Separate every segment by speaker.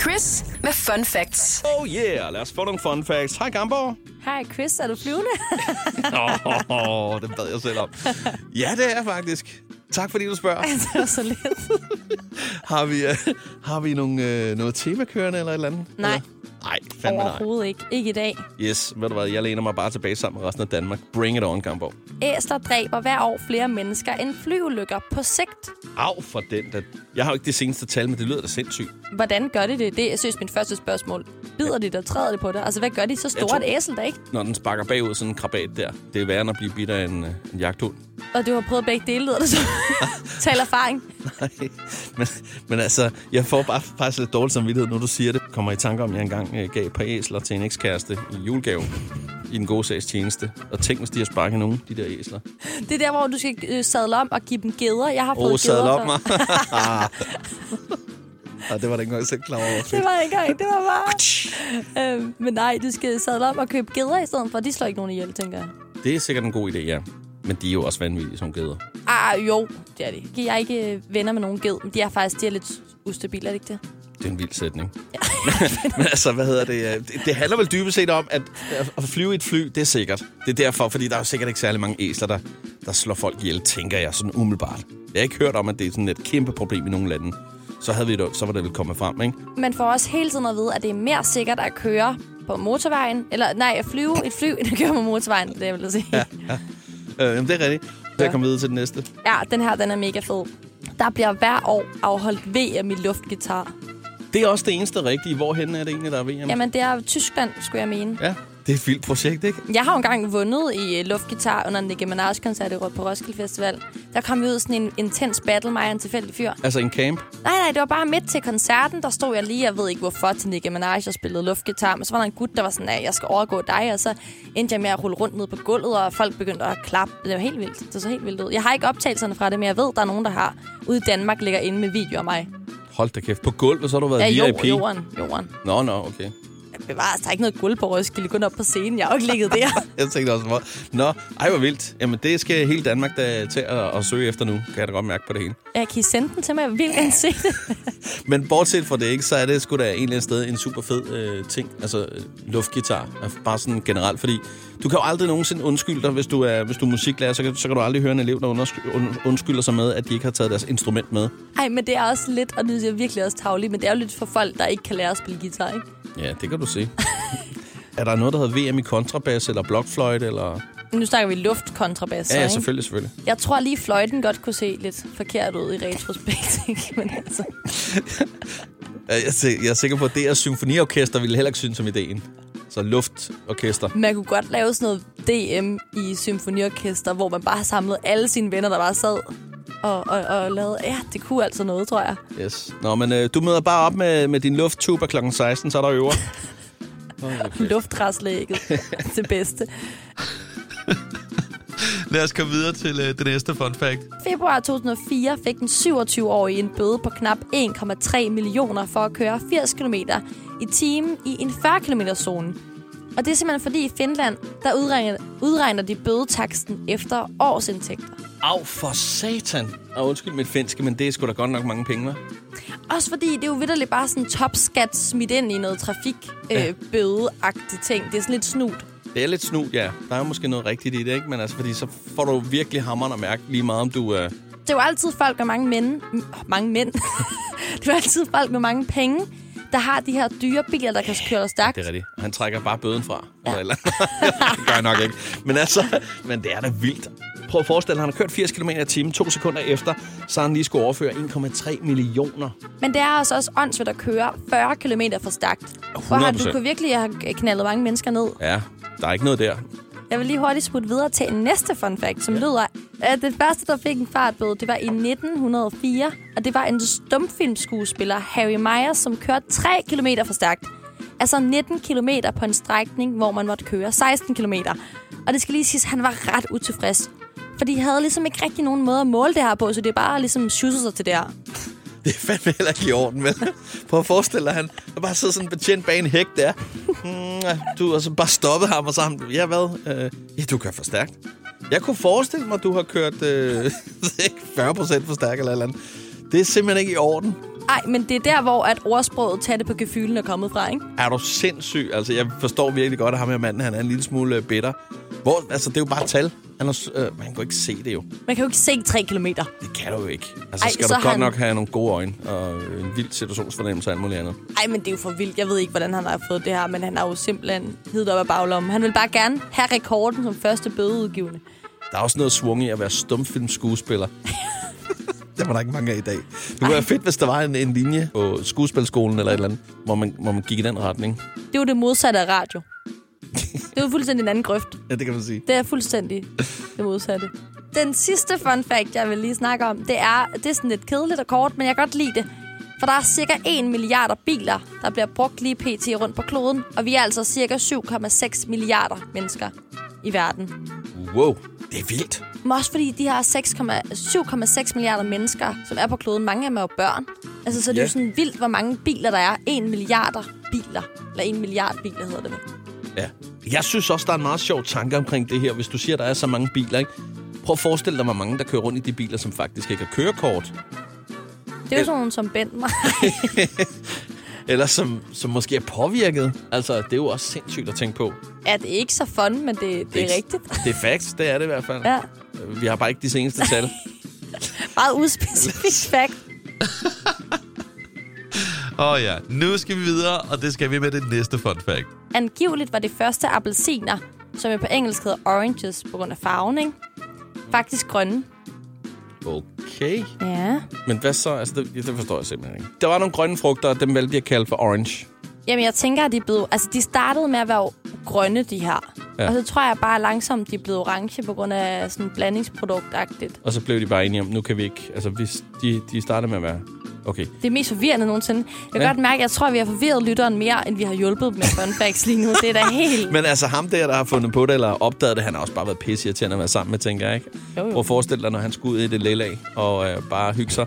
Speaker 1: Chris med fun facts.
Speaker 2: Oh yeah, lad os få nogle fun facts. Hej Gamborg.
Speaker 3: Hej Chris, er du flyvende?
Speaker 2: Åh, oh, det bad jeg selv om. Ja, det er jeg faktisk. Tak fordi du spørger.
Speaker 3: det var så lidt.
Speaker 2: Har vi, øh, har vi nogle, øh, noget tema kørende eller et eller andet?
Speaker 3: Nej.
Speaker 2: Eller? Nej, fandme nej.
Speaker 3: Overhovedet ikke. Ikke i dag.
Speaker 2: Yes, ved du hvad, jeg læner mig bare tilbage sammen med resten af Danmark. Bring it on, Gamborg.
Speaker 3: Æsler dræber hver år flere mennesker end flyulykker på sigt.
Speaker 2: Af for den, der... Jeg har jo ikke det seneste tal, men det lyder da sindssygt.
Speaker 3: Hvordan gør de det? Det er seriøst mit første spørgsmål. Bider de der træder de på dig? Altså, hvad gør de? Så store
Speaker 2: tror-
Speaker 3: tror... et æsel der ikke?
Speaker 2: Når den sparker bagud sådan en krabat der, det er værre end at blive bidt af en, øh, en jagthund.
Speaker 3: Og du har prøvet begge dele, lyder det så. Tal erfaring.
Speaker 2: Nej, men, men altså, jeg får bare faktisk lidt dårlig samvittighed, når du siger det. Kommer i tanke om, at jeg engang øh, gav et par æsler til en ekskæreste i julegave i den gode sags tjeneste. Og tænk, hvis de har sparket nogen, de der æsler.
Speaker 3: Det er der, hvor du skal øh, sadle om og give dem geder. Jeg har
Speaker 2: Åh,
Speaker 3: fået
Speaker 2: oh, sadel
Speaker 3: geder
Speaker 2: op
Speaker 3: før.
Speaker 2: mig. Og det var da ikke engang selv klar over.
Speaker 3: Det var ikke engang, det var bare... øhm, men nej, du skal sadle om og købe geder i stedet for. De slår ikke nogen ihjel, tænker jeg.
Speaker 2: Det er sikkert en god idé, ja. Men de er jo også vanvittige som geder.
Speaker 3: Ah, jo, det er det. Jeg er ikke øh, venner med nogen ged, men de er faktisk de er lidt ustabile, er det ikke det?
Speaker 2: Det er en vild sætning. Men altså, hvad hedder det? øh, det? Det handler vel dybest set om, at at flyve i et fly, det er sikkert. Det er derfor, fordi der er jo sikkert ikke særlig mange æsler, der, der slår folk ihjel, tænker jeg sådan umiddelbart. Jeg har ikke hørt om, at det er sådan et kæmpe problem i nogle lande. Så, havde vi det, så var det vel kommet frem, ikke?
Speaker 3: Man får også hele tiden at vide, at det er mere sikkert at køre på motorvejen, eller nej, at flyve et fly, end at køre på motorvejen, det er jeg vil sige. Ja.
Speaker 2: Øh, jamen, det er rigtigt. Så jeg kommer videre til den næste.
Speaker 3: ja, den her, den er mega fed. Der bliver hver år afholdt VM i luftgitar.
Speaker 2: Det er også det eneste rigtige. Hvorhen er det egentlig, der er VM?
Speaker 3: Jamen, det er Tyskland, skulle jeg mene.
Speaker 2: Ja, det er et vildt projekt, ikke?
Speaker 3: Jeg har jo engang vundet i øh, luftgitar under Nicki Minaj's koncert i Ro- på Roskilde Festival. Der kom vi ud i sådan en intens battle, mig og en tilfældig fyr.
Speaker 2: Altså en camp.
Speaker 3: Nej, nej, det var bare midt til koncerten, der stod jeg lige, jeg ved ikke hvorfor, til Nicki Minaj og spillede luftgitar. Men så var der en gut, der var sådan, at jeg skal overgå dig, og så endte jeg med at rulle rundt ned på gulvet, og folk begyndte at klappe. Det var helt vildt. Det så helt vildt ud. Jeg har ikke optagelserne fra det, men jeg ved, der er nogen, der har ude i Danmark ligger inde med video af mig.
Speaker 2: Hold da kæft. På gulvet, så har du været
Speaker 3: Ja,
Speaker 2: VIP.
Speaker 3: jord, jorden, jorden.
Speaker 2: Nå, nå, okay.
Speaker 3: Bevares, der er ikke noget guld på Roskilde, kun op på scenen. Jeg har jo ikke ligget der.
Speaker 2: Jeg tænkte også, hvor... Nå, ej, hvor vildt. Jamen, det skal hele Danmark da til at, at søge efter nu. Kan jeg da godt mærke på det hele.
Speaker 3: Jeg kan I sende den til mig, jeg vil gerne se det.
Speaker 2: Men bortset fra det, ikke, så er det sgu da en eller anden sted en super fed øh, ting. Altså, øh, luftgitar. Altså, Bare sådan generelt, fordi du kan jo aldrig nogensinde undskylde dig, hvis du er, hvis du er musiklærer. Så kan, så kan du aldrig høre en elev, der undersk- und, undskylder sig med, at de ikke har taget deres instrument med.
Speaker 3: Ej, men det er også lidt, og nu er jeg virkelig også tavlig, men det er jo lidt for folk, der ikke kan lære at spille guitar, ikke?
Speaker 2: Ja, det kan du se. er der noget, der hedder VM i kontrabas eller blokfløjte? Eller...
Speaker 3: Nu snakker vi luftkontrabas,
Speaker 2: Ja, ja,
Speaker 3: ikke?
Speaker 2: selvfølgelig, selvfølgelig.
Speaker 3: Jeg tror lige, fløjten godt kunne se lidt forkert ud i retrospekt, ikke? Men altså,
Speaker 2: Jeg er, sik- jeg er sikker på, at DR's symfoniorkester ville heller ikke synes om ideen. Så luftorkester.
Speaker 3: man kunne godt lave sådan noget DM i symfoniorkester, hvor man bare samlede alle sine venner, der bare sad og, og, og lavede... Ja, det kunne altså noget, tror jeg.
Speaker 2: Yes. Nå, men øh, du møder bare op med, med din lufttuber kl. 16, så er der øver.
Speaker 3: Luftraslægget. det bedste.
Speaker 2: Lad os komme videre til øh, det næste fun fact.
Speaker 3: Februar 2004 fik den 27-årige en bøde på knap 1,3 millioner for at køre 80 km i timen i en 40 km zone. Og det er simpelthen fordi i Finland, der udregner, udregner de bødetaksten efter årsindtægter.
Speaker 2: Au for satan. Og undskyld mit finske, men det er sgu da godt nok mange penge, hva'?
Speaker 3: Også fordi det er jo vidderligt bare sådan topskat smidt ind i noget
Speaker 2: Ja.
Speaker 3: trafikbødeagtigt øh, ting. Det er sådan lidt snut.
Speaker 2: Det er lidt snu, ja. Der er jo måske noget rigtigt i det, ikke? Men altså, fordi så får du virkelig hammeren at mærke lige meget, om du... Øh...
Speaker 3: Det er jo altid folk og mange mænd. m- Mange mænd. det er jo altid folk med mange penge, der har de her dyre biler, der kan køre stærkt.
Speaker 2: Det er rigtigt. Han trækker bare bøden fra. Ja. Eller, det gør jeg nok ikke. Men altså, men det er da vildt. Prøv at forestille dig, han har kørt 80 km i timen to sekunder efter, så han lige skulle overføre 1,3 millioner.
Speaker 3: Men det er altså også åndssvagt at køre 40 km for stærkt. Hvor har du
Speaker 2: 100%.
Speaker 3: kunne virkelig have knaldet mange mennesker ned.
Speaker 2: Ja, der er ikke noget der.
Speaker 3: Jeg vil lige hurtigt smutte videre til en næste fun fact, som ja. lyder, at den første, der fik en fartbøde, det var i 1904, og det var en stumfilmskuespiller, Harry Myers, som kørte 3 km for stærkt. Altså 19 km på en strækning, hvor man måtte køre 16 km. Og det skal lige siges, at han var ret utilfreds. For de havde ligesom ikke rigtig nogen måde at måle det her på, så det er bare ligesom sjusset sig til det her.
Speaker 2: Det er fandme heller ikke i orden, vel? Prøv at forestille dig, han har bare sidder sådan betjent bag en hæk der. Mm, Du har så bare stoppet ham, og så har han, ja hvad? Øh, ja, du kører for stærkt. Jeg kunne forestille mig, at du har kørt øh, 40 procent for stærkt eller et eller andet. Det er simpelthen ikke i orden.
Speaker 3: Nej, men det er der, hvor at ordsproget tag det på gefylen er kommet fra, ikke?
Speaker 2: Er du sindssyg? Altså, jeg forstår virkelig godt, at ham her manden, han er en lille smule øh, bitter. Hvor, altså, det er jo bare tal. Han, er, s- øh, man kan jo ikke se det jo.
Speaker 3: Man kan jo ikke se 3 kilometer.
Speaker 2: Det kan du jo ikke. Altså,
Speaker 3: Ej,
Speaker 2: Ej, skal
Speaker 3: så
Speaker 2: du godt
Speaker 3: har han-
Speaker 2: nok have nogle gode øjne og en vild situationsfornemmelse og alt muligt andet.
Speaker 3: Ej, men det er jo for vildt. Jeg ved ikke, hvordan han har fået det her, men han har jo simpelthen hidet op af baglommen. Han vil bare gerne have rekorden som første bødeudgivende.
Speaker 2: Der er også noget svung i at være stumfilmskuespiller. det var der ikke mange af i dag. Det kunne være fedt, hvis der var en, en linje på skuespilskolen eller et eller andet, hvor man, hvor man gik i den retning.
Speaker 3: Det er jo det modsatte af radio. Det er jo fuldstændig en anden grøft.
Speaker 2: Ja, det kan man sige.
Speaker 3: Det er fuldstændig det modsatte. Den sidste fun fact, jeg vil lige snakke om, det er, det er sådan lidt kedeligt og kort, men jeg kan godt lide det. For der er cirka 1 milliarder biler, der bliver brugt lige pt. rundt på kloden, og vi er altså cirka 7,6 milliarder mennesker i verden.
Speaker 2: Wow, det er vildt.
Speaker 3: Men også fordi de her 6,- 7,6 milliarder mennesker, som er på kloden, mange af dem er jo børn. Altså, så det er
Speaker 2: Ja.
Speaker 3: jo sådan vildt, hvor mange biler der er. 1 milliarder biler. Eller 1 milliard biler hedder det vel.
Speaker 2: Ja. Jeg synes også, der er en meget sjov tanke omkring det her, hvis du siger, at der er så mange biler. Ikke? Prøv at forestille dig, hvor mange der kører rundt i de biler, som faktisk ikke har kørekort.
Speaker 3: Det er jo sådan nogen som Bent mig.
Speaker 2: Eller som, som måske er påvirket. Altså, det er jo også sindssygt at tænke på. Det
Speaker 3: ja, det er ikke så fun, men det, det
Speaker 2: ikke-
Speaker 3: er rigtigt.
Speaker 2: Det er facts, det er det i hvert fald.
Speaker 3: Ja.
Speaker 2: Vi har bare ikke de seneste tal.
Speaker 3: Meget uspecifikt fact.
Speaker 4: Åh oh, ja, nu skal vi videre, og det skal vi med det næste fun fact.
Speaker 3: Angiveligt var det første appelsiner, som jo på engelsk hedder oranges på grund af farven, ikke? Faktisk grønne.
Speaker 2: Okay.
Speaker 3: Ja.
Speaker 2: Men hvad så? Altså, det, det forstår jeg simpelthen ikke. Der var nogle grønne frugter, og dem valgte de at kalde for orange.
Speaker 3: Jamen, jeg tænker, at de blev... Altså, de startede med at være grønne, de her.
Speaker 2: Ja.
Speaker 3: Ja. Og så tror jeg bare langsomt, de er blevet orange på grund af sådan blandingsproduktagtigt.
Speaker 2: Og så blev de bare enige om, nu kan vi ikke... Altså, hvis de, de startede med at være... Okay.
Speaker 3: Det er mest forvirrende nogensinde. Jeg kan
Speaker 2: Ja.
Speaker 3: ja. godt mærke, at jeg tror, at vi har forvirret lytteren mere, end vi har hjulpet dem med fun facts lige nu. Det er da helt...
Speaker 2: Men altså, ham der, der har fundet på det, eller opdaget det, han har også bare været pisse irriterende at være sammen med, tænker jeg, ikke?
Speaker 3: Jo, jo.
Speaker 2: Prøv at forestille dig, når han skulle ud i det lille af, og øh, bare hygge sig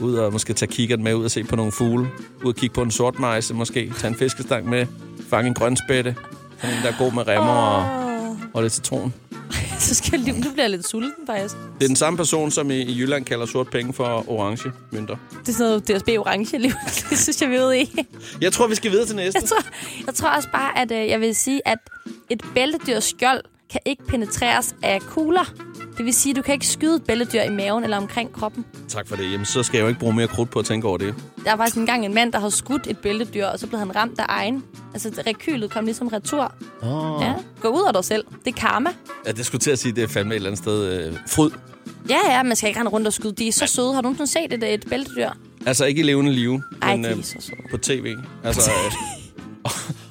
Speaker 2: ud og måske tage kikkert med ud og se på nogle fugle. Ud og kigge på en sort majse, måske tage en fiskestang med, fange en grønspætte. Sådan en, der er god med remmer og,
Speaker 3: Åh,
Speaker 2: og lidt citron.
Speaker 3: så skal jeg lige... Nu bliver jeg lidt sulten, faktisk.
Speaker 2: Det er den samme person, som i, i Jylland kalder sort penge for orange mønter.
Speaker 3: Det er sådan noget DSB orange liv. Det synes jeg, vi er ude i.
Speaker 2: Jeg tror, vi skal videre til næste.
Speaker 3: Jeg tror, jeg tror også bare, at øh, jeg vil sige, at et bæltedyrs skjold kan ikke penetreres af kugler. Det vil sige, at du kan ikke skyde et bæltedyr i maven eller omkring kroppen.
Speaker 2: Tak for det. Jamen, så skal jeg jo ikke bruge mere krudt på at tænke over det.
Speaker 3: Der var faktisk engang en mand, der havde skudt et bæltedyr, og så blev han ramt af egen. Altså, rekylet kom ligesom retur.
Speaker 2: Oh.
Speaker 3: Ja. Gå ud af dig selv. Det er karma.
Speaker 2: Ja, det skulle til at sige, det er fandme et eller andet sted øh, fryd.
Speaker 3: Ja, ja, man skal ikke rende rundt og skyde. De er så søde. Har du nogensinde set et, et bæltedyr?
Speaker 2: Altså ikke i levende live,
Speaker 3: Ej,
Speaker 2: men
Speaker 3: de er
Speaker 2: øh,
Speaker 3: så søde.
Speaker 2: på tv. Altså, øh, og,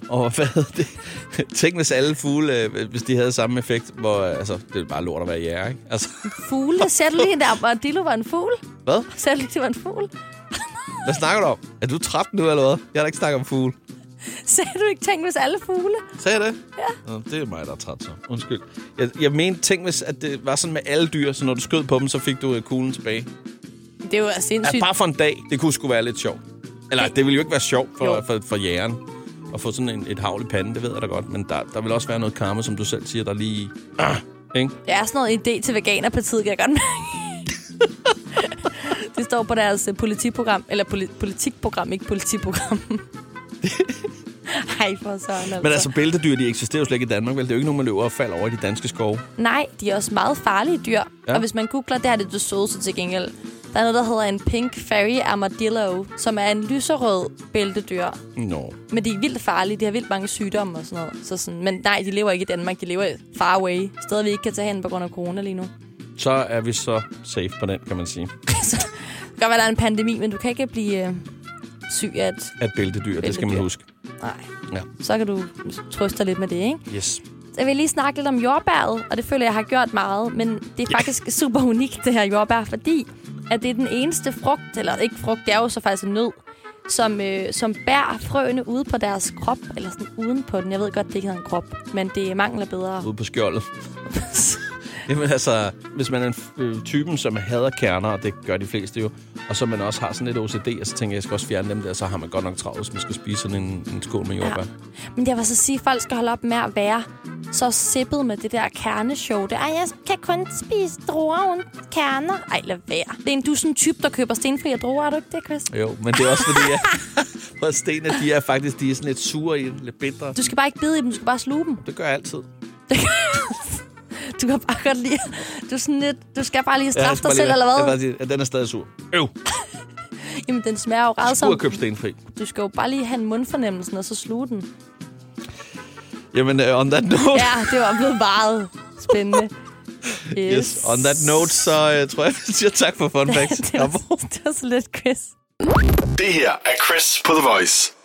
Speaker 2: og hvad hedder det? Tænk, hvis alle fugle, øh, hvis de havde samme effekt, hvor øh, altså, det er bare lort at være i jer, ikke? Altså,
Speaker 3: Fugle. Sæt lige der, hvor Dillo var en fugl.
Speaker 2: hvad?
Speaker 3: Sæt lige, det var en fugl.
Speaker 2: Hvad snakker du om? Er du træt nu, eller hvad? Jeg har da ikke snakket om fugle.
Speaker 3: Sagde du ikke ting, hvis alle fugle?
Speaker 2: Sagde jeg det? Ja. Nå, det er mig, der er træt så. Undskyld. Jeg, jeg mente, tænk, hvis at det var sådan med alle dyr, så når du skød på dem, så fik du øh, kuglen tilbage.
Speaker 3: Det er jo altså sindssygt.
Speaker 2: Ja, bare for en dag. Det kunne sgu være lidt sjovt. Eller det ville jo ikke være sjovt for,
Speaker 3: Jo.
Speaker 2: for, for jægeren at få sådan en, et havl i panden, det ved jeg da godt. Men der, der vil også være noget karma, som du selv siger, der lige... Ah, ikke?
Speaker 3: Det er sådan noget idé til Veganerpartiet, kan jeg godt mærke. det står på deres øh, politiprogram, eller poli- politikprogram, ikke politiprogram. Ej, for søren altså.
Speaker 2: Men altså, bæltedyr, de eksisterer jo slet ikke i Danmark, vel? Det er jo ikke nogen, man løber og falder over i de danske skove.
Speaker 3: Nej, de er også meget farlige dyr.
Speaker 2: Ja.
Speaker 3: Ja. Og hvis man googler, det her er det det sødeste til gengæld. Der er noget, der hedder en pink fairy armadillo, som er en lyserød bæltedyr.
Speaker 2: Nå.
Speaker 3: Men de er vildt farlige, de har vildt mange sygdomme og sådan noget. Så sådan, men nej, de lever ikke i Danmark, de lever far away. Steder, vi ikke kan tage hen på grund af corona lige nu.
Speaker 2: Så er vi så safe på den, kan man sige.
Speaker 3: så, det kan godt være, der er en pandemi, men du kan ikke blive øh, syg af et...
Speaker 2: At bæltedyr, det skal man
Speaker 3: Bæltedyr.
Speaker 2: huske.
Speaker 3: Nej.
Speaker 2: Ja.
Speaker 3: Så kan du trøste dig lidt med det, ikke?
Speaker 2: Yes.
Speaker 3: Jeg vil lige snakke lidt om jordbæret, og det føler jeg har gjort meget, men det er faktisk super unikt, det her jordbær, fordi at det er den eneste frugt, eller ikke frugt, det er jo så faktisk en nød, som, øh, som bærer frøene ude på deres krop, eller sådan uden på den. Jeg ved godt, det ikke hedder en krop, men det er mangler bedre.
Speaker 2: Ude på skjoldet. Jamen altså, hvis man er en øh, typen, som hader kerner, og det gør de fleste jo, og så man også har sådan lidt OCD, og så tænker jeg, jeg skal også fjerne dem der, så har man godt nok travlt, hvis man skal spise sådan en, en skål med jordbær.
Speaker 3: Men jeg vil så sige, at folk skal holde op med at være så sippet med det der kerneshow. Det, er, Ej, jeg kan kun spise druer uden kerner. Ej, lad være. Det er en, du er sådan en type, der køber stenfri og druer, er du ikke det, Chris?
Speaker 2: Jo, men det er også fordi, at, at stenene, de er faktisk de er sådan lidt sure i dem, lidt bitre.
Speaker 3: Du skal bare ikke bide i dem, du skal bare sluge dem.
Speaker 2: Det gør jeg altid.
Speaker 3: Du kan bare godt lide... Du, er sådan lidt, du skal bare lige
Speaker 2: Ja, jeg
Speaker 3: straffe
Speaker 2: skal bare
Speaker 3: dig selv,
Speaker 2: lige-
Speaker 3: eller
Speaker 2: jeg
Speaker 3: hvad?
Speaker 2: vil bare sige, at den er stadig sur. Øv,
Speaker 3: Jamen, den smager jo
Speaker 2: skulle
Speaker 3: rædsomt.
Speaker 2: have købt stenfri.
Speaker 3: Du skal jo bare lige have en mundfornemmelse, og så sluge den.
Speaker 2: Jamen, uh, on that note,
Speaker 3: Ja, det var blevet meget spændende. Yes.
Speaker 2: yes, on that note, så uh, tror jeg, vi siger tak for fun facts.
Speaker 3: det, var, det var så lidt, Chris.
Speaker 5: Det her er Chris på The Voice.